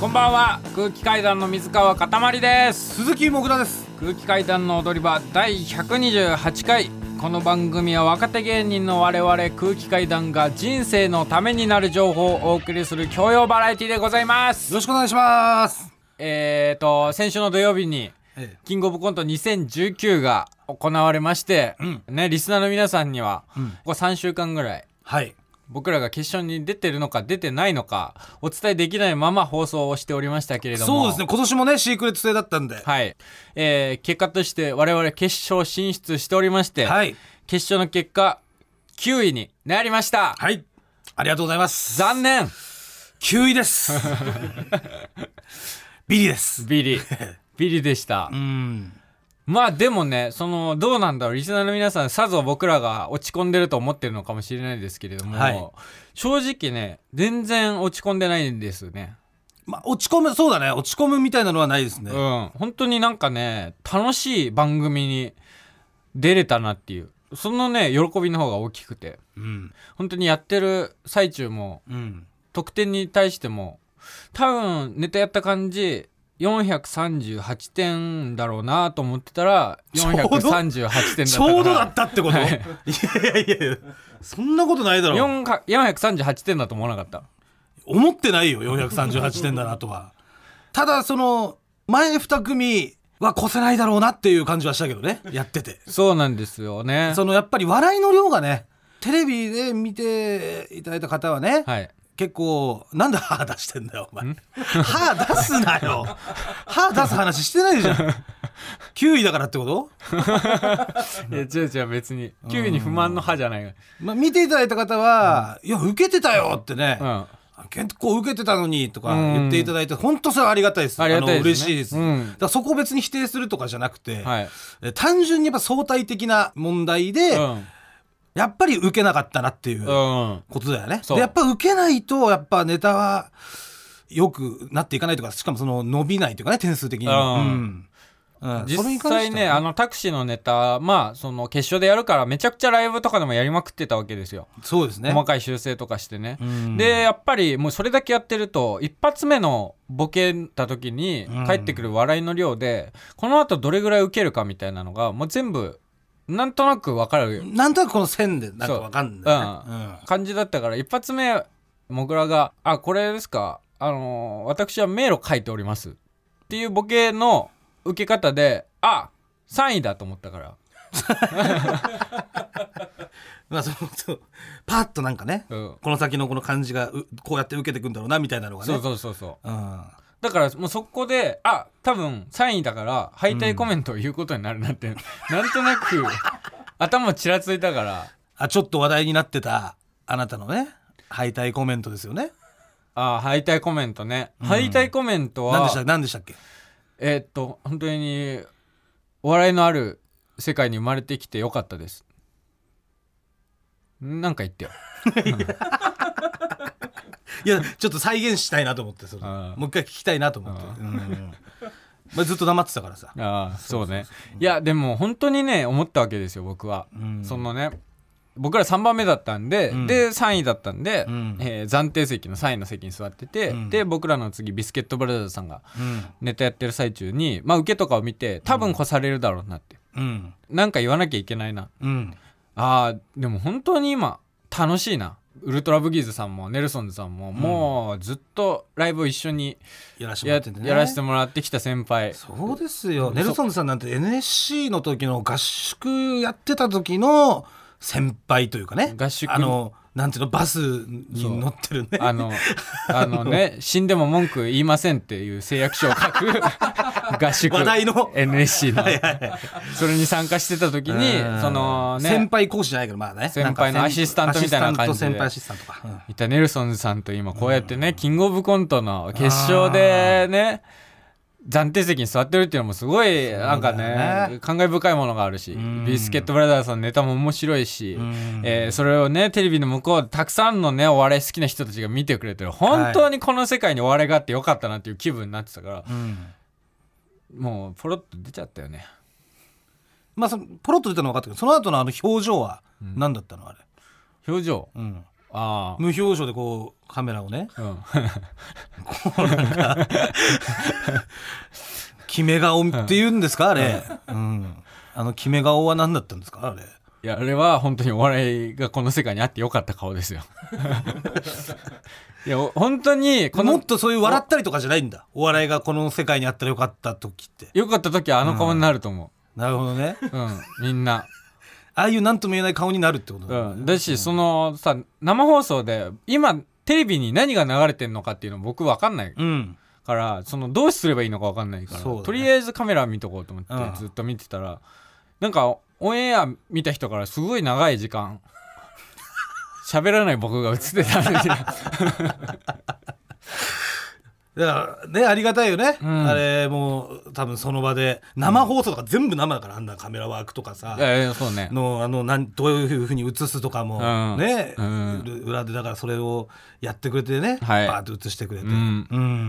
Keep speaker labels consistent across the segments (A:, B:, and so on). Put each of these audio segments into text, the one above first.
A: こんばんは空気階段の水川かたまりです
B: 鈴木もぐらです
A: 空気階段の踊り場第128回この番組は若手芸人の我々空気階段が人生のためになる情報をお送りする教養バラエティでございま
B: よ
A: す
B: ろしくお願いします
A: えーと先週の土曜日に
B: え
A: キングオブコント2019が行われまして、
B: うん
A: ねリスナーの皆さんには、
B: うん
A: ここ3週間ぐらい
B: はい
A: 僕らが決勝に出てるのか出てないのかお伝えできないまま放送をしておりましたけれども
B: そうですね今年もねシークレット制だったんでは
A: はい、えー結果として我々決勝進出しておりまして、
B: はい
A: 決勝の結果9位になりました、
B: はいありがとうございます
A: 残念
B: 9位です ビリです
A: ビ リビリでした
B: うん
A: まあでもねそのどうなんだろうリスナーの皆さんさぞ僕らが落ち込んでると思ってるのかもしれないですけれども、
B: はい
A: 正直ね全然落ち込んでないんですね
B: まあ落ち込むそうだね落ち込むみたいなのはないですね、
A: うん本当になんかね楽しい番組に出れたなっていうそのね喜びの方が大きくて
B: うん
A: 本当にやってる最中も
B: うん
A: 得点に対しても多分ネタやった感じ438点だろうなと思ってたら
B: ちょうど
A: 438点だったから
B: ちょうどだったってこと、
A: はい
B: い、やいやいやいやそんなことないだろう
A: 4か438点だと思わなかった
B: 思ってないよ438点だなとはただその前2組は越せないだろうなっていう感じはしたけどねやってて
A: そうなんですよね
B: そのやっぱり笑いの量がねテレビで見ていただいた方はね、
A: はい
B: 結構なんで歯出してんだよお前歯出すなよ歯出す話してないじゃん9位だからってこと、
A: いや違う違う別に9位に不満の歯じゃない
B: まあ、見ていただいた方は「いや受けてたよ」ってね、
A: うん
B: 結構受けてたのにとか言っていただいて、本当それはありがたいです。
A: ありがたい
B: の
A: です
B: 嬉
A: ね
B: しいです。
A: うん
B: だからそこを別に否定するとかじゃなくて、
A: はい
B: え単純にやっぱ相対的な問題で、
A: う
B: やっぱり受けなかったなっていうん
A: うん
B: ことだよね。
A: そう
B: でやっぱ受けないとやっぱネタは良くなっていかないとか、しかもその伸びないというかね点数的にも。
A: うん
B: うんうんそれに
A: 実
B: 関
A: 際
B: しては
A: ねあのタクシーのネタまあその決勝でやるからめちゃくちゃライブとかでもやりまくってたわけですよ
B: そうですね
A: 細。かい修正とかしてね、
B: うん
A: でやっぱりもうそれだけやってると一発目のボケた時に
B: うん
A: 返ってくる笑いの量で、このあとどれぐらい受けるかみたいなのがもう全部なんとなく分かる
B: なんとなくこの線でなんかわかんない、
A: そう
B: ね。
A: 感じだったから一発目もぐらが「あこれですかあのー私は迷路書いております」っていうボケの受け方で「あ3位だ」と思ったから、
B: まあそのそうパッとなんかね、
A: うん、
B: この先のこの感じがうこうやって受けてくんだろうなみたいなのがね
A: そうそうそうそう
B: うん
A: だからもうそこであ多分3位だから敗退コメントを言うことになるなって、 なんとなく頭ちらついたから
B: あちょっと話題になってたあなたのね敗退コメントですよね
A: あ敗退コメントね、敗退コメント
B: 何で
A: は
B: した何でしたっけ
A: えーっと本当にお笑いのある世界に生まれてきてよかったですなんか言ってよ
B: いやちょっと再現したいなと思ってそれ
A: あ
B: も
A: ー
B: う一回聞きたいなと思って、うんまあ、ずっと黙ってたからさ、
A: ああそうねいやでも本当にね思ったわけですよ僕は、
B: うん
A: そのね僕ら3番目だったんで、
B: うん
A: で3位だったんで、
B: うん
A: えー暫定席の3位の席に座ってて、
B: うん
A: で僕らの次ビスケットブラザーズさんが
B: うん
A: ネタやってる最中にまあ受けとかを見て多分越されるだろうなって、
B: うん
A: なんか言わなきゃいけないな
B: うん
A: あーでも本当に今楽しいなウルトラブギーズさんもネルソンズさんも、もうずっとライブを一緒に
B: やらしてもら
A: や
B: ってんでね
A: やらせてもらってきた先輩
B: そうですよネルソンズさんなんて NSC の時の合宿やってた時の先輩というかね
A: 合宿
B: あのなんていうのバスに乗ってるね
A: あの、あの ね、死んでも文句言いませんっていう誓約書を書く 合宿。
B: 話題の
A: NSC の。それに参加してた時
B: うん
A: に、その
B: 先
A: ね、
B: 輩講師じゃないけどまあね
A: 先輩の
B: んか
A: アシスタントみたいな感じで
B: アシスタント先輩アシスタントか、うん
A: いたネルソンズさんと今こうやってね、キングオブコントの決勝でね、暫定席に座ってるっていうのもすごい、なんか
B: そうだ
A: ね
B: ね、
A: 感慨深いものがあるし
B: ん、
A: ビスケットブラザーズさんのネタも面白いし
B: ん、
A: えーそれをね、テレビの向こうでたくさんのね、お笑い好きな人たちが見てくれてる。本当にこの世界にお笑いがあってよかったなっていう気分になってたから、もうポロッと出ちゃったよね
B: まあそのポロッと出たのは分かったけどその後のあの表情は何だったのあれ、
A: 表情
B: うん
A: あ
B: 無表情でこうカメラをね
A: あ、うん、
B: こうなんか決め顔って言うんですかあれ、うん、あの決め顔は何だったんですかあれ
A: いやあれは本当にお笑いがこの世界にあってよかった顔ですよいや本当にこ
B: も
A: の
B: っとそういう笑ったりとかじゃないんだお笑いがこの世界にあったらよかった時って
A: よかった時はあの顔になると思
B: なるほどね
A: う、うん、みんな、
B: ああいう何とも言えない顔になるってことだ、
A: うん、だしそのさ生放送で今テレビに何が流れてるのかっていうの僕分かんない
B: うん
A: からそのどうすればいいのか分かんないから、
B: そうだね
A: とりあえずカメラ見とこうと思って、
B: うん
A: ずっと見てたらなんかオンエア見た人からすごい長い時間喋らない僕が映ってた んですよ
B: だからねありがたいよね、
A: ん
B: あれもう多分その場で生放送とか全部生だからあんなカメラワークとかさ、
A: いやいやそうね
B: のあのなんどういうふうに映すとかも
A: うん
B: ね、
A: うん
B: 裏でだからそれをやってくれてね、
A: はい
B: バーッと映してくれて、うん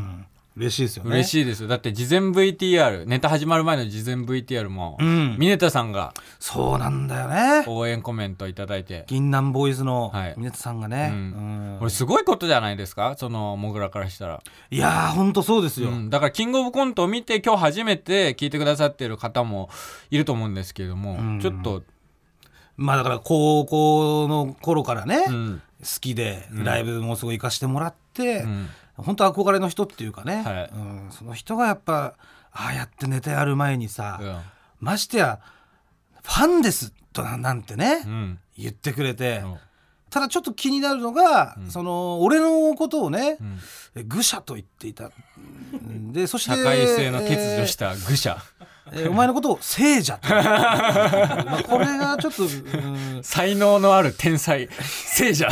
B: ん嬉しいですよね
A: 嬉しいですよだって事前 VTR ネタ始まる前の事前 VTR も、
B: うん
A: ミネタさんが
B: そうなんだよね
A: 応援コメントいただいて、
B: 銀杏ボーイズの
A: はい
B: 峰田さんがね、
A: う
B: うんん
A: これすごいことじゃないですかそのもぐらからしたら、
B: いやーほんとそうですよ、
A: うんだからキングオブコントを見て今日初めて聞いてくださってる方もいると思うんですけれども、
B: ん
A: ちょっと、
B: まあだから高校の頃からね、
A: うん
B: 好きでライブもすごい行かしてもらって、
A: うん
B: 本当憧れの人っていうかね、
A: はい
B: うん、その人がやっぱああやってネタやる前にさ、
A: うん
B: ましてやファンですとななんてね、
A: うん
B: 言ってくれて、
A: うん
B: ただちょっと気になるのが、その俺のことをね、
A: ん
B: 愚者と言っていたうんでそして
A: 社会性の欠如した愚者、
B: えーえーお前のことを聖者 とまあこれがちょっと、うん
A: 才能のある天才聖 者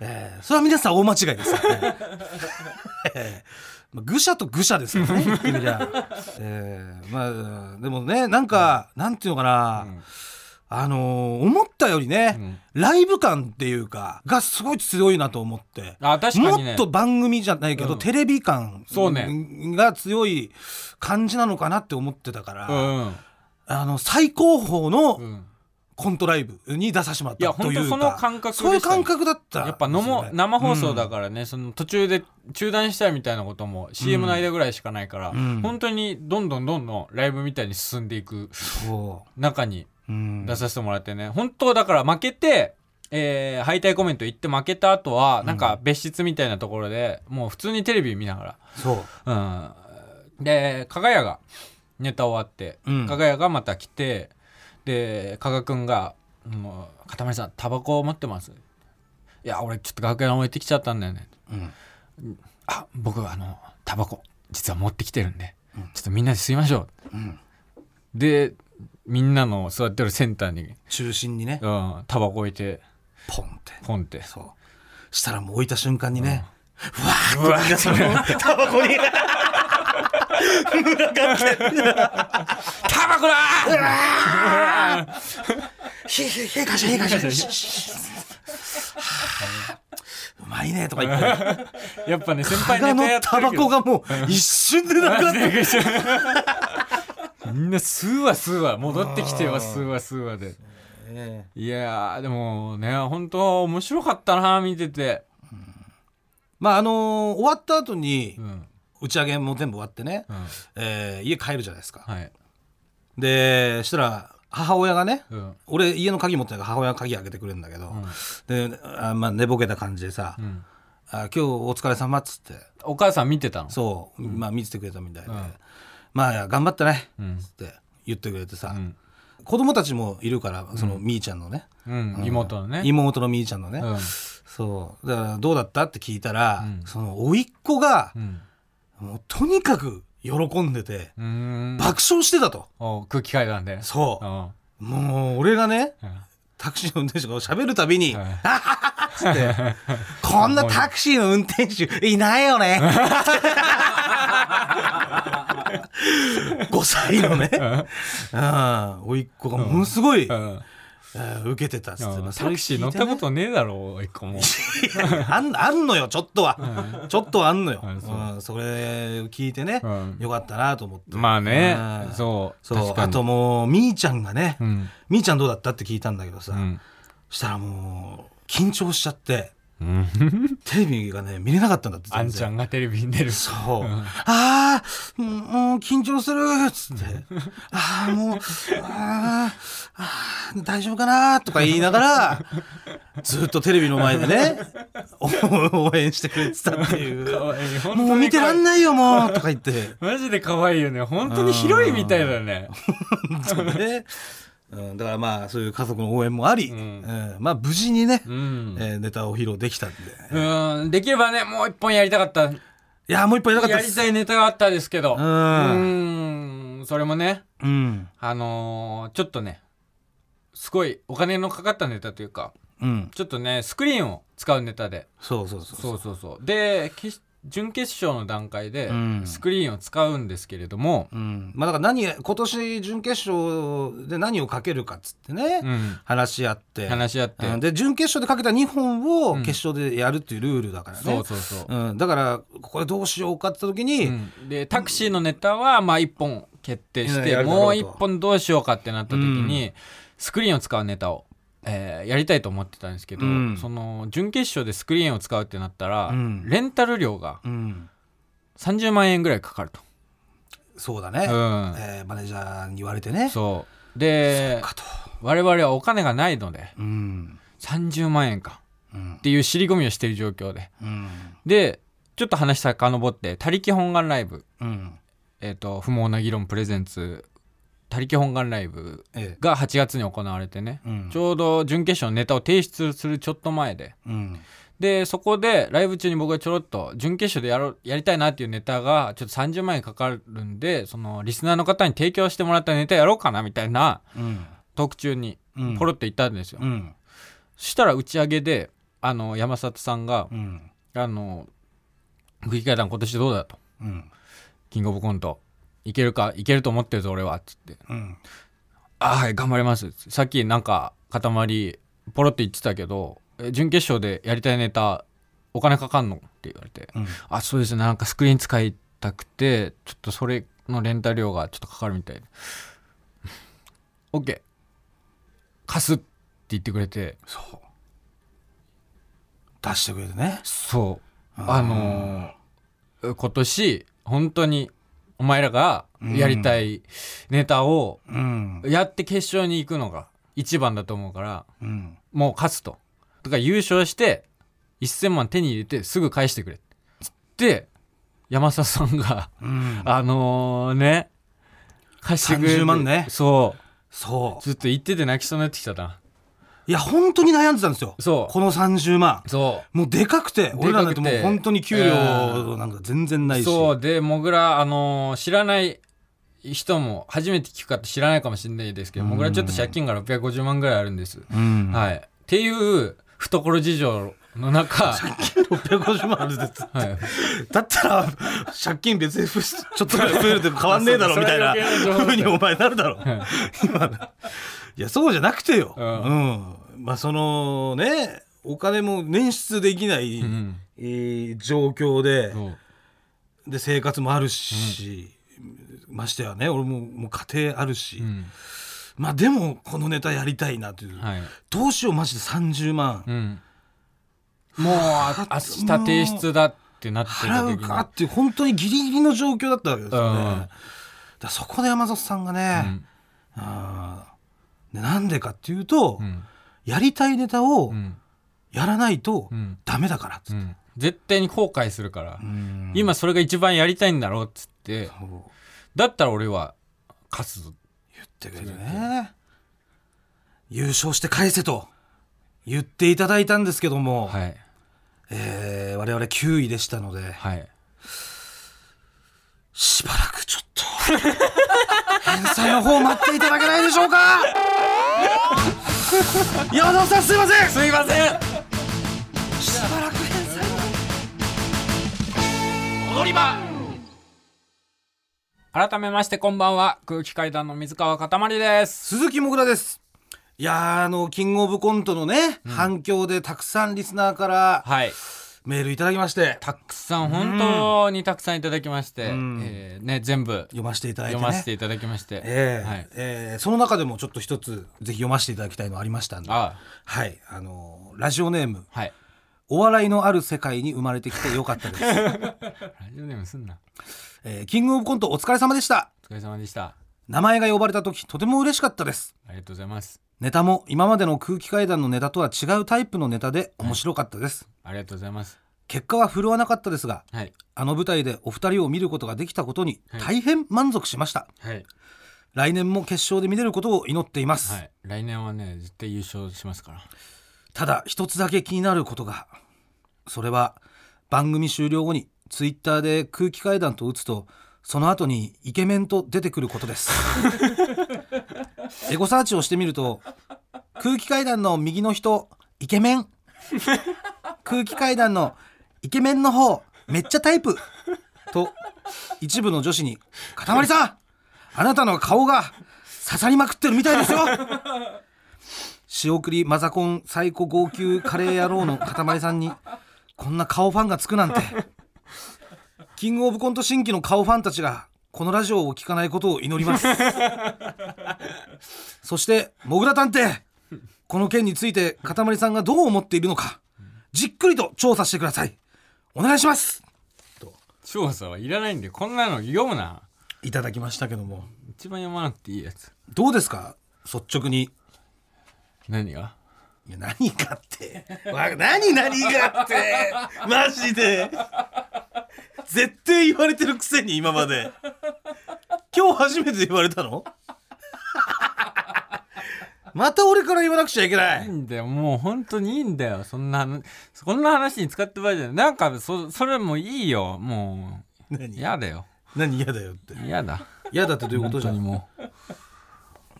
B: えーそれは皆さん大間違いですよね。えーまあ愚者と愚者ですよ ね。言ってみりゃえーまあでもねなんか、なんていうのかな、あのー思ったよりね、ライブ感っていうかがすごい強いなと思って。
A: あ確かにね
B: もっと番組じゃないけど、
A: うん
B: テレビ感
A: そうね
B: が強い感じなのかなって思ってたから、
A: うん、
B: あの最高峰の
A: うん、
B: コントライブに出させてもらっ
A: いや
B: たというか
A: 本当その感覚でした
B: そういう感覚だった
A: やっぱのも生放送だからね、その途中で中断したいみたいなことも CM の間ぐらいしかないから、
B: ん
A: 本当にどんどんどんどんライブみたいに進んでいく
B: そ
A: 中に
B: う、うん
A: 出させてもらってね本当だから負けて、えー敗退コメント言って負けた後はなんか別室みたいなところでもう普通にテレビ見なが
B: そう
A: ら、うん、で加賀谷がネタ終わって、
B: うん
A: 加賀谷がまた来てで加賀君が「もう片森さんタバコ持ってます?」いや俺ちょっと楽屋に置いてきちゃったんだよね
B: うん、
A: あ僕はあのタバコ実は持ってきてるんで、ちょっとみんなで吸いましょう、
B: ん
A: でみんなの座ってるセンターに、
B: 中心にね
A: うん、タバコ置いて
B: ポンって
A: ポンって
B: そうしたらもう置いた瞬間にね、
A: うわそれ
B: タバコに群がって
A: タバコだー
B: 「ひひひかしへかしへ」シュッシュッ「うまいね」とか言って
A: やっぱね先輩
B: 体
A: ネタや
B: の
A: って
B: タ
A: る
B: バ
A: け
B: コ
A: ど
B: がもう一瞬でなくなって
A: みんな吸うわ吸うわ戻ってきては吸うわ吸うわで
B: ね
A: いやーでもね本当面白かったな見てて、
B: まああのー終わった後に
A: うん
B: 打ち上げも全部終わってね、
A: うん、
B: えー家帰るじゃないですか
A: はい、
B: でしたら母親がね、
A: うん
B: 俺家の鍵持ってないから母親が鍵開けてくれるんだけど、であまあ、寝ぼけた感じでさ「
A: ん
B: あ今日お疲れ様っつって
A: お母さん見てたの
B: そう、まあ見ててくれたみたいで「
A: ん
B: まあ頑張ってね」
A: ん
B: っつって言ってくれてさ、
A: ん
B: 子供たちもいるからそのみーちゃんのね、
A: うん、妹のね
B: 妹のみーちゃんのね、
A: うん
B: そうだからどうだったって聞いたら、その甥っ子が
A: う、ん
B: もうとにかく喜んでて、
A: うーん
B: 爆笑してたと。
A: お空気階段で
B: そうう、
A: ん
B: もう俺がね、
A: うん
B: タクシーの運転手が喋るたびに、
A: はい
B: あっつって、 こんなタクシーの運転手いないよ ね。5歳のね、うん、おいっ子がものすごい、
A: うん
B: えー受けてたっつって、まあそ
A: タ
B: れ
A: クシー
B: 聞
A: 乗
B: い
A: ってた
B: ね
A: ことねえだろ一個も
B: あん あんのよちょっとは
A: う
B: ちょっとはあんのよ、
A: あそう
B: うん、それを聞いてね、
A: ん
B: よかったなと思って
A: まあね
B: うん
A: そう
B: そう
A: 確か
B: あ
A: に
B: ともうみーちゃんがね、
A: うん
B: みーちゃんどうだったって聞いたんだけどさ、
A: うん
B: したらもう緊張しちゃって
A: うん
B: テレビがね見れなかったんだって
A: あんちゃんがテレビに出る
B: そ
A: う
B: う、
A: ん
B: あーもうもう緊張するっつってああもうあーあー大丈夫かなとか言いながらずっとテレビの前でねお応援してくれてたってい
A: か
B: う
A: わいい本当に
B: もう見てらん
A: い
B: ないよもうとか言って。
A: マジで可愛いよね本当に広いみたいだね
B: そうね。うん、だからまあそういう家族の応援もあり、
A: う
B: うんんまあ無事にね、
A: うん
B: えーネタを披露できたんで
A: うんできればねもう一本やりたかった
B: いやーもう一本やりたか
A: や
B: ったで
A: り
B: す
A: たいネタがあったですけど
B: う
A: うんそれもね
B: うん
A: あのーちょっとねすごいお金のかかったネタというか
B: うん
A: ちょっとねスクリーンを使うネタで
B: そうそうそう
A: そうそうそうで決準決勝の段階で
B: うん
A: スクリーンを使うんですけれども、
B: うん、まあだから何今年準決勝で何をかけるかっつってね、
A: うん
B: 話し合って
A: 話し合って、
B: うんで準決勝でかけた2本
A: う
B: を
A: ん
B: 決勝でやるっていうルールだから
A: そ
B: ね
A: う、そうそう、
B: うんだからこれどうしようかって時に、
A: うんでタクシーのネタはまあ1本決定し
B: いや
A: て
B: やるだろうと
A: もう1本どうしようかってなった時に、スクリーンを使うネタを、えーやりたいと思ってたんですけど、
B: うん
A: その準決勝でスクリーンを使うってなったら、
B: うん
A: レンタル料が
B: うん
A: 30万円ぐらいかかると。
B: そうだね、
A: うん
B: えーマネージャーに言われてね
A: そうで
B: かと、
A: 我々はお金がないので
B: うん
A: 30万円か
B: うん
A: っていう尻込みをしている状況で
B: うん
A: でちょっと話遡って「他力本願ライブ」
B: うん
A: えーと「不毛な議論プレゼンツ」「他力本願ライブ
B: え」
A: が8月に行われてね
B: えうん
A: ちょうど準決勝のネタを提出するちょっと前で
B: うん
A: でそこでライブ中に僕がちょろっと準決勝でやろうやりたいなっていうネタがちょっと30万円かかるんでそのリスナーの方に提供してもらったネタやろうかなみたいな
B: うん
A: トーク中に
B: うん
A: ポロって言ったんですよ。
B: うん
A: そしたら打ち上げであの山里さんが
B: うん
A: 「あのグリ階段今年どうだ?」と
B: うん
A: 「キングオブコントいけるかいけると思ってるぞ俺は」っつって
B: うん
A: 「ああはい頑張ります」さっきなんか塊ポロって言ってたけどえ準決勝でやりたいネタお金かかんのって言われて
B: うん
A: 「あそうですねなんかスクリーン使いたくてちょっとそれのレンタ料がちょっとかかるみたいで OK 貸す」って言ってくれて
B: そう出してくれてね
A: そうあのー今年本当にお前らがやりたいネタを
B: うん
A: やって決勝に行くのが一番だと思うから
B: うん
A: もう勝つと。だから優勝して1,000万手に入れてすぐ返してくれっつって山里さんが
B: うん
A: あのーね貸してくれる
B: 30万ね
A: そ
B: そうう
A: ずっと言ってて泣きそうになってきちゃったない
B: や本当に悩んでたんですよ
A: そう
B: この30万
A: そう
B: もうでかくて俺らなんてもう本当に給料なんか全然ないし
A: そうでもぐらあのー知らない人も初めて聞く方知らないかもしれないですけど
B: うん
A: もぐらちょっと借金が650万ぐらいあるんです、
B: うん
A: はいっていう懐事情の中、は
B: 650万あるで
A: い、
B: だったら借金別にふちょっとぐらい増えるでも変わんねえだろみたいな
A: あそうだそれは余計な情報
B: ふうにお前なるだろ
A: ん
B: 今のいやそうじゃなくてよ、
A: う
B: うんんまあそのねお金も捻出できない、
A: うん
B: えー状況で
A: そう
B: で生活もあるし、ましてやね俺ももう家庭あるし、
A: うん
B: まあでもこのネタやりたいなという、
A: はい
B: どうしようマジで30万、
A: うん、もうあ明日提出だってなってた
B: 払う
A: 時に
B: かっていう本当にギリギリの状況だったわけですよね、
A: うん
B: だからそこで山里さんがね、
A: うん
B: あーでなんでかっていうと、
A: うん
B: やりたいネタを
A: うん
B: やらないと
A: うん
B: ダメだからっつ
A: う
B: って、
A: ん絶対に後悔するから、
B: うん
A: 今それが一番やりたいんだろうっつって
B: そう
A: だったら俺は勝つぞ
B: 言ってくれてね優勝して返せと言っていただいたんですけども、
A: はい
B: えー我々9位でしたので
A: はい
B: しばらくちょっと 返済の方待っていただけないでしょ うか山田さんすいません
A: すいません
B: しばらく返済の
A: 踊り場改めましてこんばんは空気階段の水川かたまりです
B: 鈴木もぐらですいやーあのキングオブコントのね、反響でたくさんリスナーから
A: はい
B: メールいただきまして
A: たくさん本当にたくさんいただきまして、
B: うん
A: えーね、全部
B: 読ませていただいて、
A: 読
B: ね、
A: ませていただきまして、
B: ええ
A: はい、
B: ええその中でもちょっと一つぜひ読ませていただきたいのありましたんで
A: あ
B: はいあのラジオネーム
A: はい
B: お笑いのある世界に生まれてきてよかったです、
A: ラジオネームすんな
B: えーキングオブコントお疲れ様でした
A: お疲れ様でした
B: 名前が呼ばれた時とても嬉しかったです
A: ありがとうございます
B: ネタも今までの空気階段のネタとは違うタイプのネタで面白かったです、
A: ありがとうございます
B: 結果は振るわなかったですが
A: はい
B: あの舞台でお二人を見ることができたことに大変満足しました、
A: はい、
B: 来年も決勝で見れることを祈っています、
A: はい、来年はね絶対優勝しますから
B: ただ一つだけ気になることがそれは番組終了後にツイッターで空気階段と打つとその後にイケメンと出てくることですエゴサーチをしてみると空気階段の右の人イケメン空気階段のイケメンの方めっちゃタイプと一部の女子に「かたまりさんあなたの顔が刺さりまくってるみたいですよ!」仕送りマザコン最高号泣カレー野郎の塊さんにこんな顔ファンがつくなんてキングオブコント新規の顔ファンたちがこのラジオを聞かないことを祈りますそしてモグラ探偵この件について塊さんがどう思っているのかじっくりと調査してくださいお願いします
A: 調査はいらないんでこんなの読むない
B: ただきましたけども
A: 一番読まなくていいやつ
B: どうですか率直に
A: 何が
B: いや何がってわ何何がってマジで絶対言われてるくせに今まで今日初めて言われたの また俺から言わなくちゃいけない
A: い
B: い
A: んだよもう本当にいいんだよそんなそんな話に使ってばいじゃないなんかそそれもいいよもう
B: 何
A: 嫌だよ
B: 何嫌だよって
A: 嫌だ
B: 嫌だってどういうこと
A: 本
B: じ
A: 当
B: ゃ
A: に
B: ん
A: も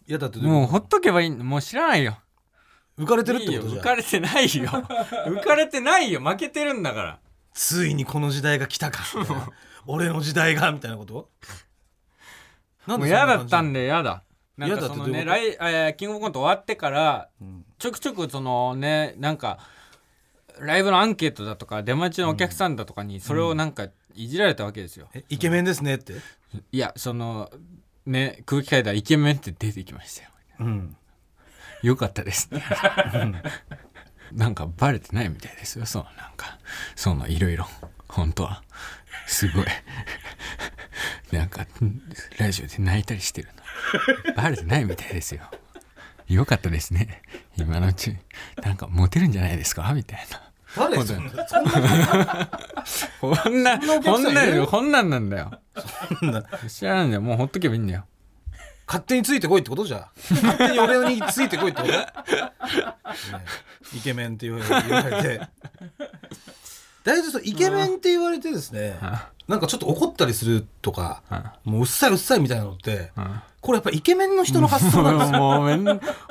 B: 嫌だって
A: う
B: どういう
A: もうほっとけばいいんもう知らないよ
B: 浮かれてるっ
A: いい
B: て
A: よ
B: ことじ
A: 浮
B: ゃ
A: か
B: ん
A: れてないよ浮かれてないよ負けてるんだから
B: ついにこの時代が来たかみたいな俺の時代がみたいなことなん
A: も
B: で
A: う
B: そ
A: 嫌
B: んな
A: だ
B: 感
A: っ
B: じ
A: たんで嫌だなん
B: 嫌
A: か
B: だって
A: そ
B: ど
A: の
B: ういう
A: ね
B: こと
A: 来、えーキングオブコント終わってから
B: うん
A: ちょくちょくそのねなんかライブのアンケートだとか出待ちのお客さんだとかにそれをなんかいじられたわけですよ、
B: えイケメンですねって
A: いやそのね空気階段イケメンって出てきましたよ
B: うん
A: よかったですねなんかバレてないみたいですよそのなんかそのいろいろ本当はすごいなんかラジオで泣いたりしてるのバレてないみたいですよよかったですね今のうちなんかモテるんじゃないですかみたいな
B: 誰そんなそんな
A: こんな
B: そんなお
A: こ
B: 客
A: ん
B: さんい
A: な
B: る
A: よこんなんなんだよ
B: そんな
A: 知らないんだよもうほっとけばいいんだよ
B: 勝手についてこいってことじゃん勝手に俺についてこいってこと、ねイケメンって言われ言われて大丈夫そうイケメンって言われてですねなんかちょっと怒ったりするとかもううっさいうっさいみたいなのって
A: うん
B: これやっぱイケメンの人の発想なんですよ
A: もうめん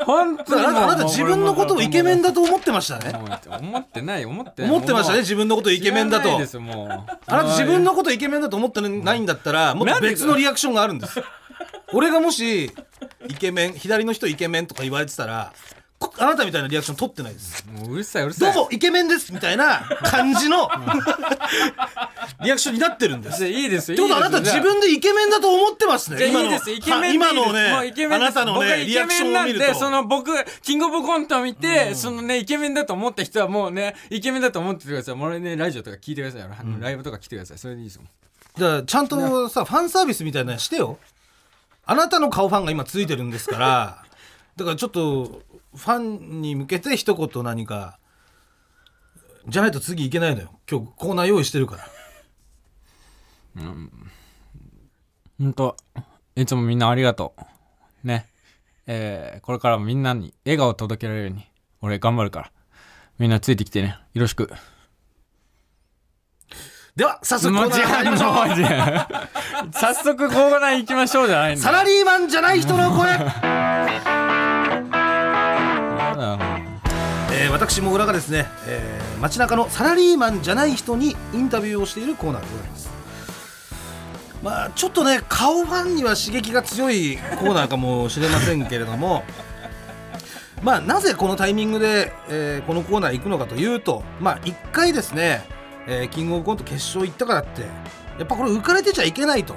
A: 本
B: だ
A: 当
B: か
A: に
B: らあなたあなた自分のことをイケメンだと思ってましたね
A: と思ってない思ってない
B: 思ってましたね
A: も
B: 自分のこと
A: う
B: イケメンだ
A: 知ら
B: と
A: ないですもう
B: あなた自分のことイケメンだと思ってないんだったらもっと別のリアクションがあるんです俺がもしイケメン左の人イケメンとか言われてたらこあなたみたいなリアクション取ってないです
A: もううるさいうるさ
B: どう
A: い
B: ぞイケメンですみたいな感 じのリアクションになってるんです
A: じゃあいいですよ
B: ってことはあ
A: い
B: ない
A: で
B: た
A: すよ
B: 自分でイケメンだと思ってますね
A: じゃあ
B: 今
A: いい
B: の
A: ですイケメンでいいです
B: 今の
A: もうイケ
B: ね
A: メ
B: あ
A: ンで
B: な
A: す
B: たの
A: 僕は
B: ね
A: イ
B: リ
A: ケ
B: アク
A: メ
B: ショ
A: ン
B: ン
A: な
B: を
A: ん
B: 見る
A: で
B: と
A: その僕キングオブコントを見て、そのねイケメンだと思った人はもうねイケメンだと思っててくださいもうねラジオとか聞いてくださいあの、ライブとか来てくださいそれでいいですもん
B: じゃあちゃんとさファンサービスみたいなのしてよあなたの顔ファンが今ついてるんですからだからちょっとファンに向けて一言何かじゃないと次いけないのよ今日コーナー用意してるから
A: ほんといつもみんなありがとうねえーこれからもみんなに笑顔を届けられるように俺頑張るからみんなついてきてねよろしく
B: では早速コーナー入りましょう
A: もうじゃあ 早速コーナー行きましょうじゃないんだ
B: サラリーマンじゃない人の声
A: やだな
B: えー私も裏がですね、えー街中のサラリーマンじゃない人にインタビューをしているコーナーでございますまあちょっとね顔ファンには刺激が強いコーナーかもしれませんけれども まあ、なぜこのタイミングで、えーこのコーナー行くのかというと、まあ、1回ですね、えーキングオブコント決勝行ったからってやっぱこれ浮かれてちゃいけないと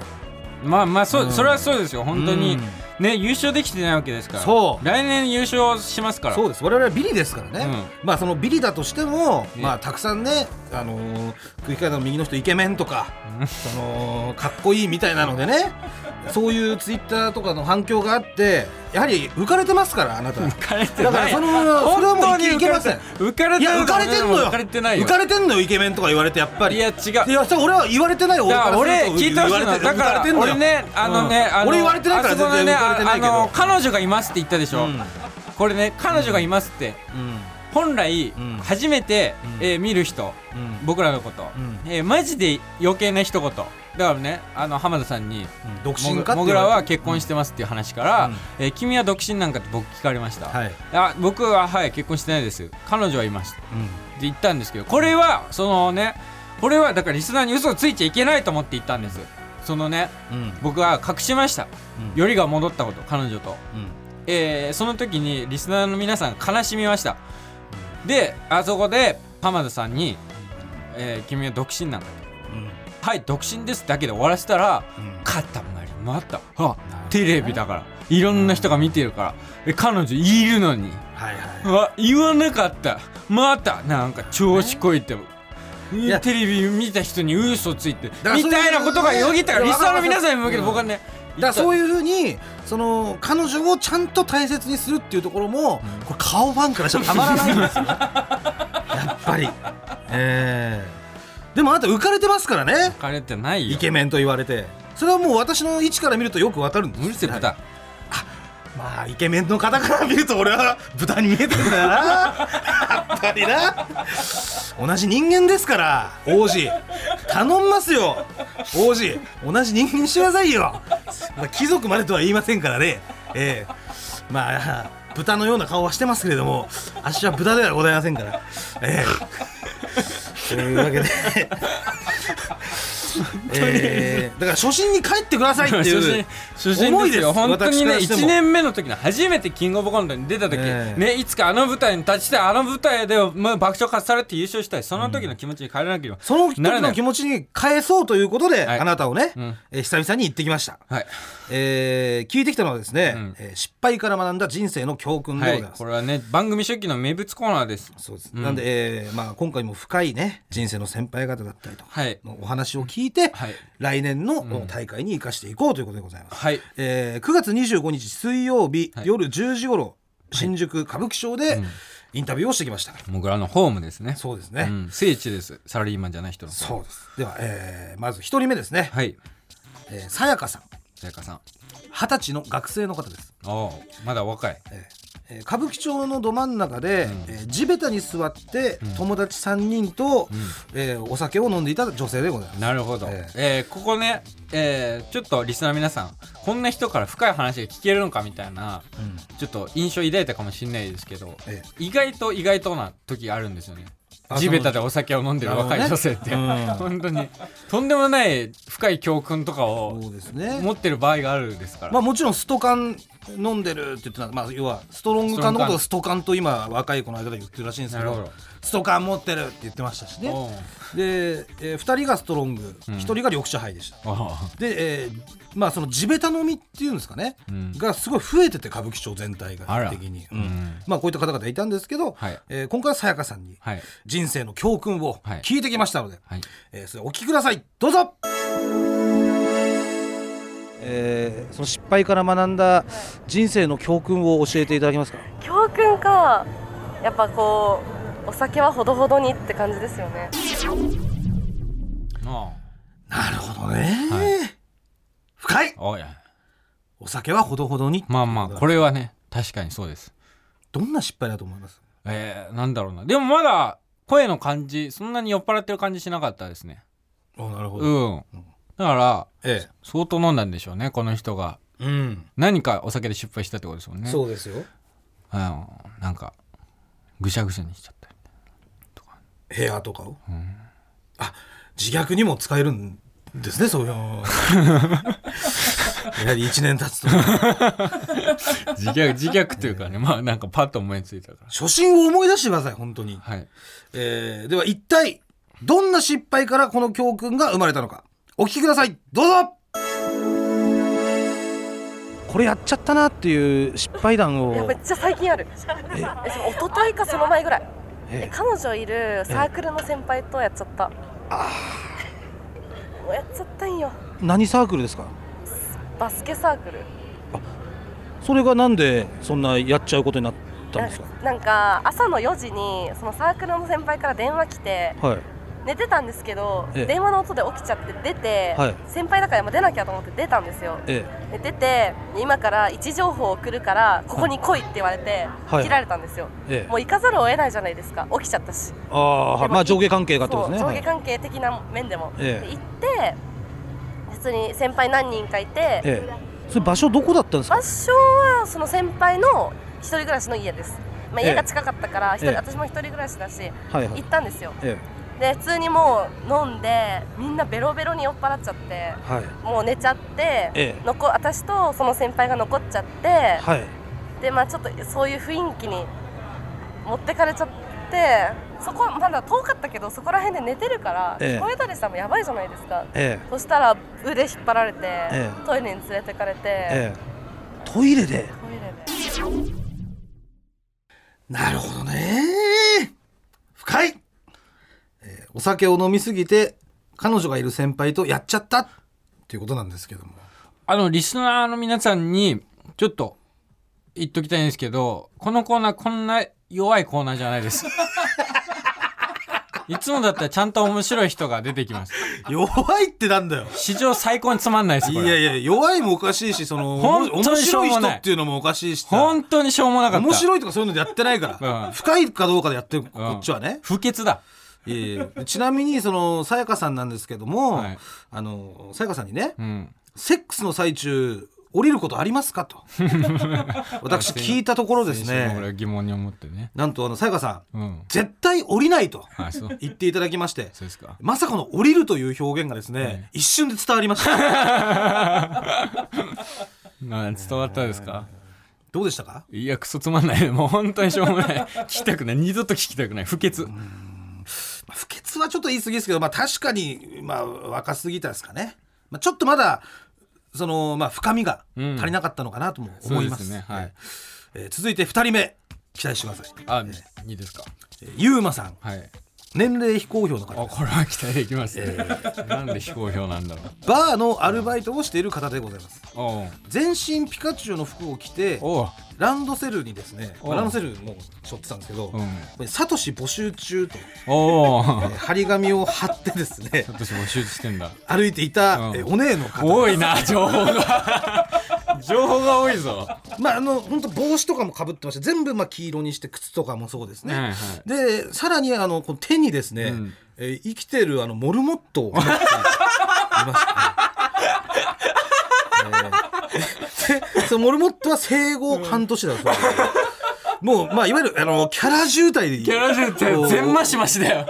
A: まあまあそう、
B: うん
A: それはそうですよ本当に、
B: うん
A: ね優勝できてないわけですから
B: そう
A: 来年優勝しますから
B: そうです我々はビリですからね、まあそのビリだとしても、
A: ね
B: まあたくさんね、あのー、区議会の右の人イケメンとか、
A: うん
B: そのかっこいいみたいなのでね、そういうツイッターとかの反響があって、やはり浮かれてますからあなた。だ
A: 浮かれて
B: か
A: な
B: ら
A: い
B: そのそれは
A: 本
B: も
A: 当
B: う
A: に
B: いけいけません。
A: 浮かれ
B: い
A: て
B: や浮かれてんのよ。
A: 浮かれてないよ
B: 浮かれてんのよイケメンとか言われてやっぱり。
A: いや違う
B: いやそれは言われてないよ。
A: だから
B: 俺
A: 俺
B: から
A: 聞いてほし
B: すると
A: い
B: 言
A: の
B: われて
A: だか
B: 浮れてん
A: ら
B: のよ
A: 俺ねあのね、あの
B: 俺言われてないから
A: あそこのね
B: 全然浮かれてない
A: あ
B: けど
A: あの彼女がいますって言ったでし
B: う
A: ょ、
B: ん
A: これね彼女がいますって
B: うん
A: 本来、
B: うん
A: 初めて、
B: うん
A: えー見る人
B: うん
A: 僕らのこと、
B: うん
A: えーマジで余計な一言だからねあの浜田さんに
B: うん独
A: も
B: 身
A: ぐ
B: か
A: もぐらは結
B: し
A: 婚してますっていう話から、
B: うん
A: えー君は独身なんかって僕聞かれました、
B: はい。
A: あ僕ははい結婚してないです彼女はいましたって言ったんですけどこれはそのねこれはだからリスナーに嘘をついちゃいけないと思って言ったんですそのね
B: うんうん
A: 僕は隠しました
B: うん
A: よりが戻ったこと彼女と、
B: うん
A: えーその時にリスナーの皆さん悲しみましたであそこで浜田さんに「えー君は独身なんだ」
B: うん
A: はい独身です」だけで終わらせたら
B: うん
A: 肩回り回ったあテレビだからいろんな人が見てるからえ彼女いるのに
B: はいはい。
A: あ言わなかったまたなんか調子こいてうん
B: や
A: テレビ見た人に嘘ついて
B: から
A: み
B: そういう
A: たいなことがよぎったから
B: い
A: リ
B: や
A: スナーの皆さんに向けて
B: わ
A: 僕は
B: かり
A: ね
B: だからそう
A: いう
B: いうふうにその彼女をちゃんと大切にするっていうところも、これ顔ファンからしたらたまらないんですよやっぱりええでもあなた浮かれてますからね
A: 浮かれてない
B: イ
A: よ
B: ケメンと言われてそれはもう私の位置から見るとよくわかるんです
A: うるせえ
B: はい
A: 豚
B: まあイケメンの方から見ると俺は豚に見えてんだよなやっぱりな同じ人間ですから王子頼みますよ王子同じ人間にしてくださいよ、まあ、貴族までとは言いませんからねええまあ豚のような顔はしてますけれどもあっしは豚ではございませんからええという わけでええだから初心に帰ってくださいってい
A: 初
B: う
A: 心初心
B: 重
A: で
B: い
A: す
B: です
A: よ本当にね
B: 私からしても
A: 1年目の時の初めてキングオブコントに出た時、
B: ええ
A: ねいつかあの舞台に立ちたいあの舞台で、まあ、爆笑かっされて優勝したいその時の気持ちに変えらなければ、
B: その時
A: ならな
B: の
A: い
B: 気持ちに返そうということで、
A: はい
B: あなたをね、
A: うん
B: えー久々に行ってきました、
A: はい
B: えー聞いてきたのはですね、
A: うん
B: えー失敗から学んだ人生の教訓でご
A: は
B: ざい
A: い
B: ます、
A: これはね番組初期の名物コーナーです
B: そうです、
A: ん
B: なんで、えーまあ、今回も深いね人生の先輩方だったりとか
A: はい
B: のお話を聞いて、
A: はい
B: 来年の大会に生かしていこうということでございます、
A: はい
B: えー9月25日水曜日、
A: はい
B: 夜10時頃新宿歌舞伎町で
A: ん
B: インタビューをしてきました、
A: もぐらのホームですね
B: そうですね、
A: うん、聖地ですサラリーマンじゃない人の
B: そうですでは、えーまず1人目ですね、
A: はい
B: えーさやかさん
A: さやかさん
B: 二十歳の学生の方です、
A: おうまだ若い
B: えーえー歌舞伎町のど真ん中で、えー地べたに座って、友達3人と、えーお酒を飲んでいた女性でございます
A: なるほど、え
B: え
A: ーここね、えーちょっとリスナーの皆さんこんな人から深い話が聞けるのかみたいな、ちょっと印象抱いたかもしれないですけど、
B: え
A: 意外と意外とな時があるんですよね
B: あ
A: 地べたでお酒を飲んでる若い女性って、
B: なるほどねうん
A: 本当にとんでもない深い教訓とかを
B: そうですね
A: 持ってる場合があるですから、
B: まあ、もちろんストカン飲んでるって言ってた、まあ、要はストロング缶のことをストカンと今若い子の間で言ってるらしいんですけど
A: なるほど
B: ストカン持ってるって言ってましたしね
A: おう
B: で、え2人がストロング、
A: うん
B: 1人が緑茶杯でした
A: おう
B: で、えーまあその地べた飲みっていうんですかね、
A: うん
B: がすごい増えてて歌舞伎町全体
A: あら
B: が的に、うん
A: うん
B: まあこういった方々いたんですけど、
A: はい
B: えー今回はさやかさんに
A: はい
B: 人生の教訓を
A: はい
B: 聞いてきましたので、
A: はい
B: えーそれお聞きくださいどうぞ、えその失敗から学んだ人生の教訓を教えていただけますか
C: 教訓かやっぱこうお酒はほどほどにって感じですよね
A: あ
B: なるほどね、
A: は
B: 深い
A: あおいや
B: お酒はほどほどに
A: まあまあこれはね確かにそうです
B: どんな失敗だと思います
A: えー、なんだろうなでもまだ声の感じそんなに酔っ払ってる感じしなかったですね
B: あなるほ
A: うんだから
B: え
A: 相当飲んだんでしょうねこの人が
B: えうん
A: 何かお酒で失敗したってことですもんねう、
B: そうですよ
A: ん、なんかぐしゃぐしゃにしちゃった
B: 部屋とかを、あ自虐にも使えるんですねそういうやはり1年経つと初
A: 自虐自虐というかねまあなんかパッと思いついたから
B: 心を思い出してください本当に、
A: はい
B: えーでは一体どんな失敗からこの教訓が生まれたのかお聞きくださいどうぞこれやっちゃったなっていう失敗談
C: いや
B: を
C: めっちゃ最近ある
B: え
C: えその一昨日かその前ぐらいえ
B: え
C: 彼女いるサークルの先輩とやっちゃったもうやっちゃったんよ
B: 何サークルですか
C: バスケサークル
B: それがなんでそんなやっちゃうことになったんですか
C: なんか朝の4時にそのサークルの先輩から電話来て
B: はい
C: 寝てたんですけど
B: ええ
C: 電話の音で起きちゃって出て、
B: はい
C: 先輩だからもう出なきゃと思って出たんですよ
B: え
C: で出て今から位置情報を送るからここに来いって言われて、
B: はい
C: 切られたんですよ
B: えええ
C: もう行かざるを得ないじゃないですか起きちゃったし
B: ああはいまあ上下関係がってこ
C: そ
B: と
C: う
B: ですね
C: 上
B: は
C: 下
B: い
C: 関係的な面でも、
B: ええ
C: で行って普通に先輩何人かいて、
B: ええそれ場所どこだったんですか
C: 場所はその先輩の一人暮らしの家です、まあ、
B: ええ
C: 家が近かったから、一人
B: ええ
C: 私も一人暮らしだし、
B: はいは
C: 行
B: い
C: ったんですよ
B: え
C: で普通にもう飲んでみんなベロベロに酔っ払っちゃって
B: えはい
C: もう寝ちゃって、
B: ええ
C: 残私とその先輩が残っちゃって
B: はい
C: でまあちょっとそういう雰囲気に持ってかれちゃってそこはまだ遠かったけどそこら辺で寝てるから、
B: ええ
C: 聞こえたりしたらもうやばいじゃないですか
B: え
C: そしたら腕引っ張られて、
B: え
C: トイレに連れてかれて、
B: えええトイレで
C: トイレで。
B: なるほどね深い、えーお酒を飲みすぎて彼女がいる先輩とやっちゃったっていうことなんですけども
A: あのリスナーの皆さんにちょっと言っときたいんですけどこのコーナーこんな弱いコーナーじゃない ですいつもだったらちゃんと面白い人が出てきます
B: 弱いってなんだよ
A: 史上最高につまんないです
B: い
A: これ
B: やいや弱いもおかしいしその
A: 本当
B: 面
A: にしょう
B: 白い
A: も
B: 人
A: ない
B: っていうのもおかしいしさ
A: 本当にしょうもなかった
B: 面白いとかそういうのやってないか
A: うん
B: ら深いかどうかでやってるこ
A: うん
B: っちはね
A: 不潔だ
B: いやいやちなみにそのさやかさんなんですけども、
A: はい
B: あのさやかさんにね
A: うん
B: セックスの最中降りることありますか と私聞いたところです
A: 先週もこれ
B: ね
A: は疑問に思ってね
B: なんとあのさやかさん
A: うん
B: 絶対降りないと
A: あそう
B: 言っていただきまして
A: そうですか
B: まさかの降りるという表現がですね、一瞬で伝わりました
A: な伝わったですか
B: どうでしたか
A: いやクソつまんないもう本当にしょうもない聞きたくない二度と聞きたくない不潔
B: まあ不潔はちょっと言い過ぎですけど、まあ、確かに、まあ、若すぎたですかね、まあ、ちょっとまだその、まあ、深みが足りなかったのかなとも思います,、
A: そうですねはい
B: えー続いて2人目期待してください、
A: あいいですか
B: えーゆうまさん
A: はい
B: 年齢非公表の方
A: あ
B: です
A: これは期待できますね、なんで非公表なんだろう
B: バーのアルバイトをしている方でございます
A: おう
B: 全身ピカチュウの服を着て
A: おう
B: ランドセルにですね、まあ
A: お
B: ランドセルも背負ってたんですけど、
A: うん
B: これサトシ募集中と、
A: おう
B: えー張り紙を貼ってです ね
A: 私も手術してんだ
B: 歩いていた、
A: うん
B: えーお姉の方
A: 多いな情報が情報が多いぞ
B: まああの本当帽子とかもかぶってました全部まあ黄色にして靴とかもそうですね、
A: はいはい
B: でさらにあのこの手にですね、
A: ん
B: えー生きてるあのモルモットを持っていました、ねえーでそのモルモットは生後半年だそうです、もうまあいわゆるあのキャラ渋滞で
A: キャラ中って全マシマシだよ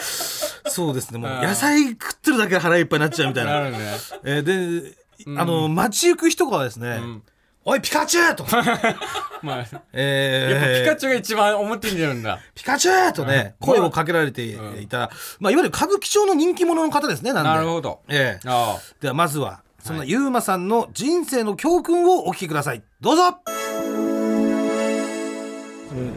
B: そうですねもう
A: うん
B: 野菜食ってるだけで腹いっぱいになっちゃうみたいな
A: なるね
B: えーで、あの街行く人がですね、
A: ん
B: おいピカチュウと、
A: まあやっぱ
B: えー
A: ピカチュウが一番表に出るんだ
B: ピカチュウとね、声をかけられていた、まあ、いわゆる歌舞伎町の人気者の方ですね、なんで。
A: なるほど
B: ええ
A: あ
B: では、まずは、そんなゆうまさんの人生の教訓をお聞きください。どうぞ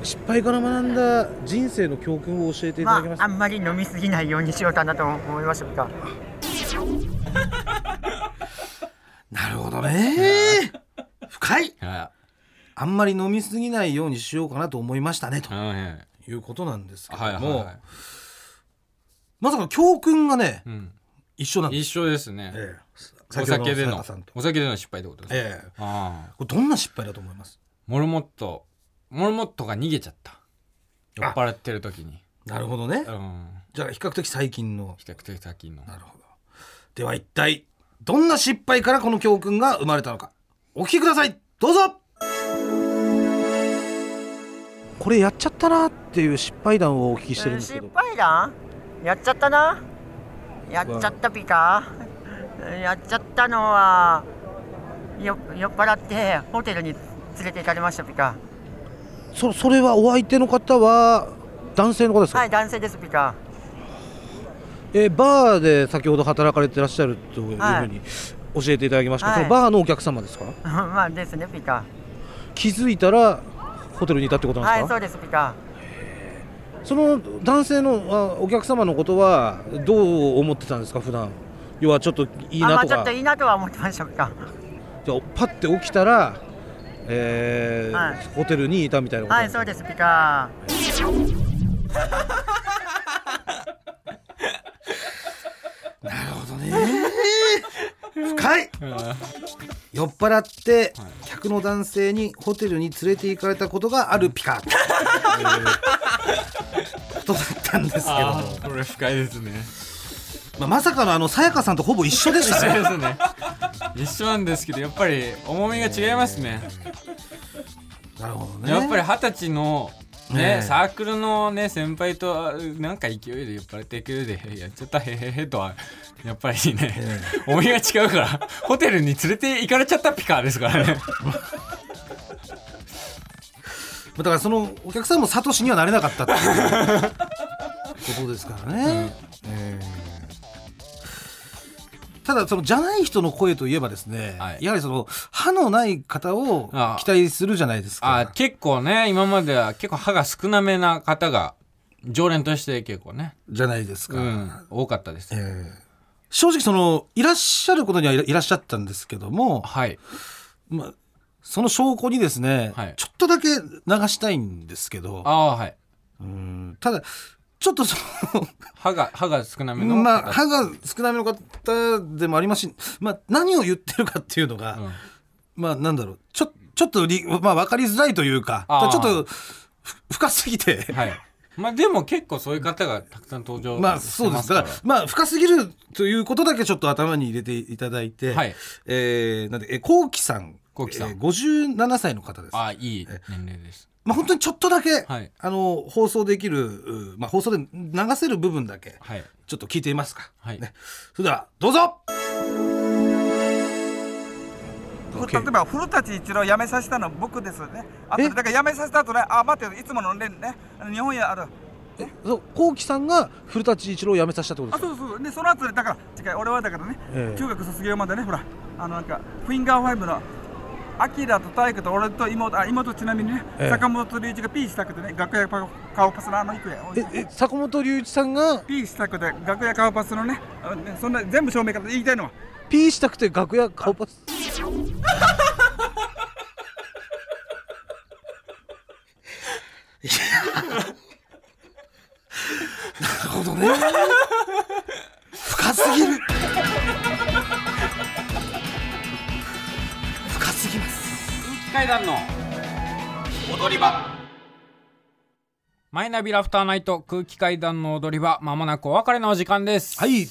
B: 失敗から学んだ人生の教訓を教えてい
D: まあ、あんまり飲みすぎないようにしようかなと思いました。
B: なるほどね。深い。
A: あ
B: あんまり飲みすぎないようにしようかなと思いましたね、と
A: あはい
B: いうことなんですけども、
A: はいは
B: まさか教訓がね
A: い、うん
B: 一緒なんです。
A: 一緒ですね
B: ええ
A: お
B: 先ほど
A: 酒で
B: さや
A: の
B: かさんと
A: お酒での失敗ってことですか
B: ええ
A: ああ
B: これどんな失敗だと思います
A: モルモットモルモットが逃げちゃった酔っ払ってる時に
B: なるほどね
A: うん
B: じゃあ比較的最近の
A: 比較的先の
B: なるほどでは一体どんな失敗からこの教訓が生まれたのかお聞きくださいどうぞこれやっちゃったなっていう失敗談をお聞きしてるんですけ
D: 失
B: ど
D: 敗だやっちゃったなやっちゃったピカ やっちゃったのはよ酔っ払ってホテルに連れて行かれましたピカ
B: そそれはお相手の方は男性の方ですか、
D: はい男性ですピカ
B: えーバーで先ほど働かれてらっしゃるというふうに
D: はい
B: 教えていただきました、
D: はい
B: そのバーのお客様ですか
D: まあですねピカ
B: 気づいたらホテルにいたってことなん
D: は
B: で
D: い
B: すか、
D: そうですピカ
B: その男性のあお客様のことはどう思ってたんですか普段要はちょっといい
D: あま
B: な
D: あ
B: と
D: ちょ
B: か
D: っといいなとは思ってましたピカ
B: じゃあパッて起きたら、えー
D: はい
B: ホテルにいたみたいなことなん
D: はい
B: ですか
D: そうですピカ
B: 深い酔っ払って客の男性にホテルに連れて行かれたことがあるピカ、 えーことだったんですけど
A: あーこれ深いですね
B: まあ、まさかのあのさやかさんとほぼ一緒でした
A: 深い
B: ね
A: ですね一緒なんですけどやっぱり重みが違いますね
B: なるほどね
A: やっぱり二十歳のね、
B: ね
A: サークルのね先輩となんか勢いで酔っ払って勢いでやっちゃったへへへとはやっぱりね、重みが違うからホテルに連れて行かれちゃったピカーですからね
B: だからそのお客さんもサトシにはなれなかったっていうことですか らね、えーただそのじゃない人の声といえばですね、
A: はい
B: やはりその歯のない方を
A: ああ
B: 期待するじゃないです か
A: あ結構ね今までは結構歯が少なめな方が常連として結構ね、
B: じゃないですか、
A: うん、多かったです、
B: えー正直そのいらっしゃることにはいらいらっしゃったんですけども、
A: はい
B: まあ、その証拠にですね、
A: はい
B: ちょっとだけ流したいんですけど
A: ああはい
B: うんただちょっとその
A: 歯が歯が少なめの
B: まあ、
A: 方
B: 歯が少なめの方でもありますし、まあ、何を言ってるかっていうのが、
A: うん
B: まあなんだろうちょちょっとり、まあ、分かりづらいというか
A: あー
B: ちょっとふ深すぎて、
A: はいまあでも結構そういう方がたくさん登場
B: まあそうです
A: して
B: だ
A: ま
B: から
A: すか
B: まあ深すぎるということだけちょっと頭に入れていただいて、
A: はい
B: えーなんでえこうきさん
A: こうきさん
B: えー57歳の方です。
A: らああいい年齢です
B: まあ、本当にちょっとだけ、
A: はい
B: あの放送できる、うまあ、放送で流せる部分だけ
A: はい
B: ちょっと聞いてみますか、
A: はい
B: ね、それではどうぞ
E: ふ例えば古舘一郎辞めさせたのは僕ですよね。あと
B: え
E: だから辞めさせた後ね、あ待っていつものねね日本やある。
B: そうこうきさんが古舘一郎を辞めさせたってこと
E: あ
B: ですか
E: そうそうでその後ねだから違う俺はだからね、
B: ええ
E: 中学卒業までねほらあのなんかフィンガーファイブの。アキラと大工と俺と妹あ妹ちなみにね、
B: ええ
E: 坂本龍一がピーしたくてね楽屋パ顔パスのあの行くや
B: ええ坂本龍一さんが
E: ピーしたくて楽屋顔パスのねあのねそんな全部証明から言いたいのは
B: P したくて楽屋顔パスなるほどね深すぎる深すぎます
A: 階段の踊り場マイナビラフターナイト空気階段の踊り場まもなくお別れのお時間です
B: はい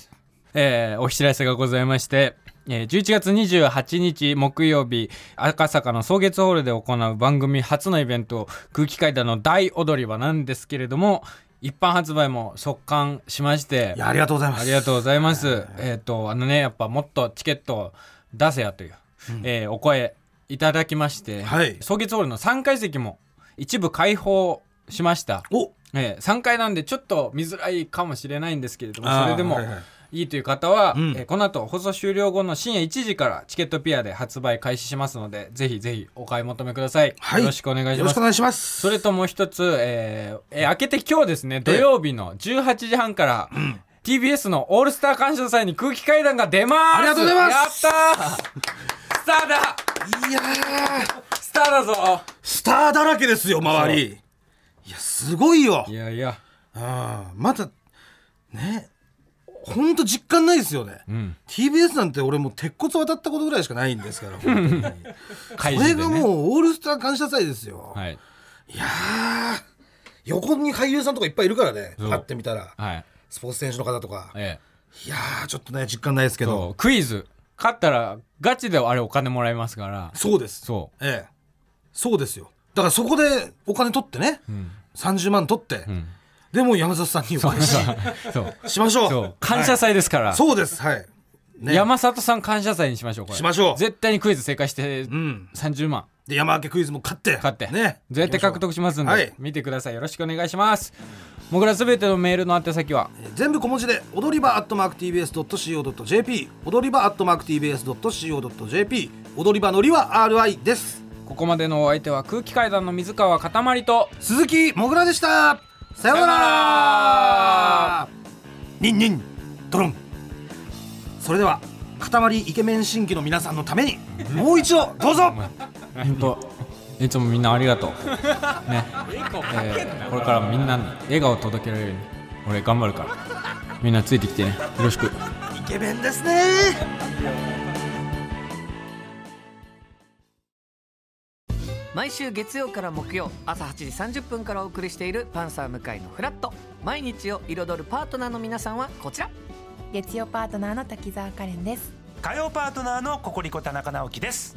A: えーお知らせがございまして、えー11月28日木曜日赤坂の草月ホールで行う番組初のイベント空気階段の大踊り場なんですけれども一般発売も速完しまして
B: いやありがとうございます
A: ありがとうございます。えっ、と、あのね、やっぱもっとチケット出せやという、えーお声いただきまして、
B: はい
A: 草月ホールの3階席も一部開放しました。
B: お
A: えー、3階なんでちょっと見づらいかもしれないんですけれども
B: あー
A: それでも
B: はいはい
A: いいという方は、
B: うん
A: えーこの後放送終了後の深夜1時からチケットピアで発売開始しますのでぜひぜひお買い求めください、
B: はい
A: よろしくお願いし
B: よろ
A: ま
B: しく
A: す
B: お願いします
A: それともう一つ、えーえー明けて今日ですね土曜日の18時半から、TBS の「オールスター感謝祭」に空気階段が出ます
B: ありがとうございます
A: やったースターだ
B: いやー
A: スターだぞ
B: スターだらけですよ周りいやすごいよ
A: いやいや
B: ああまだねほんと実感ないですよね、
A: ん
B: TBS なんて俺もう鉄骨渡ったことぐらいしかないんですから本当にこ
A: 会
B: れがもうオールスター感謝祭ですよ、
A: はい
B: い、やー横に俳優さんとかいっぱいいるからね
A: そう
B: 会ってみたら
A: はい
B: スポーツ選手の方とか
A: ええ
B: いやーちょっとね実感ないですけ
A: そ
B: ど
A: うクイズ勝ったらガチであれお金もらえますから
B: そうです
A: そ
B: ええそうですよだからそこでお金取ってね、30万取って、
A: ん
B: でもう山里さんにお
A: う
B: 返し
A: そう
B: しましょう
A: そう感謝祭ですから、
B: そうです。はい。ね
A: 山里さん感謝祭にしましょうこれ
B: しましょう
A: 絶対にクイズ正解して
B: うん
A: 30万
B: で山分けクイズも勝って
A: 勝って、
B: ね
A: 絶対獲得しますんで、
B: はい
A: 見てくださいよろしくお願いします僕らすべてのメールの宛先は
B: えー全部小文字で踊り場 atmarktvs.co.jp 踊り場 atmarktvs.co.jp 踊り場のりは RI です
A: ここまでのお相手は空気階段の水川かたまりと
B: 鈴木もぐらでしたさよ
A: さよう
B: うな
A: な
B: らニンニンドロンそれでは塊イケメン新規の皆さんのためにもう一度ど うぞ
A: 本当いつもみんなありがとうね、えーこれからもみんなに笑顔を届けられるように俺頑張るからみんなついてきてねよろしく
B: イケメンですね
F: 毎週月曜から木曜朝8時30分からお送りしている「パンサー向井のフラット」毎日を彩るパートナーの皆さんはこちら
G: 月曜パートナーの滝沢カレンです
H: 火曜パートナーのココリコ田中直樹です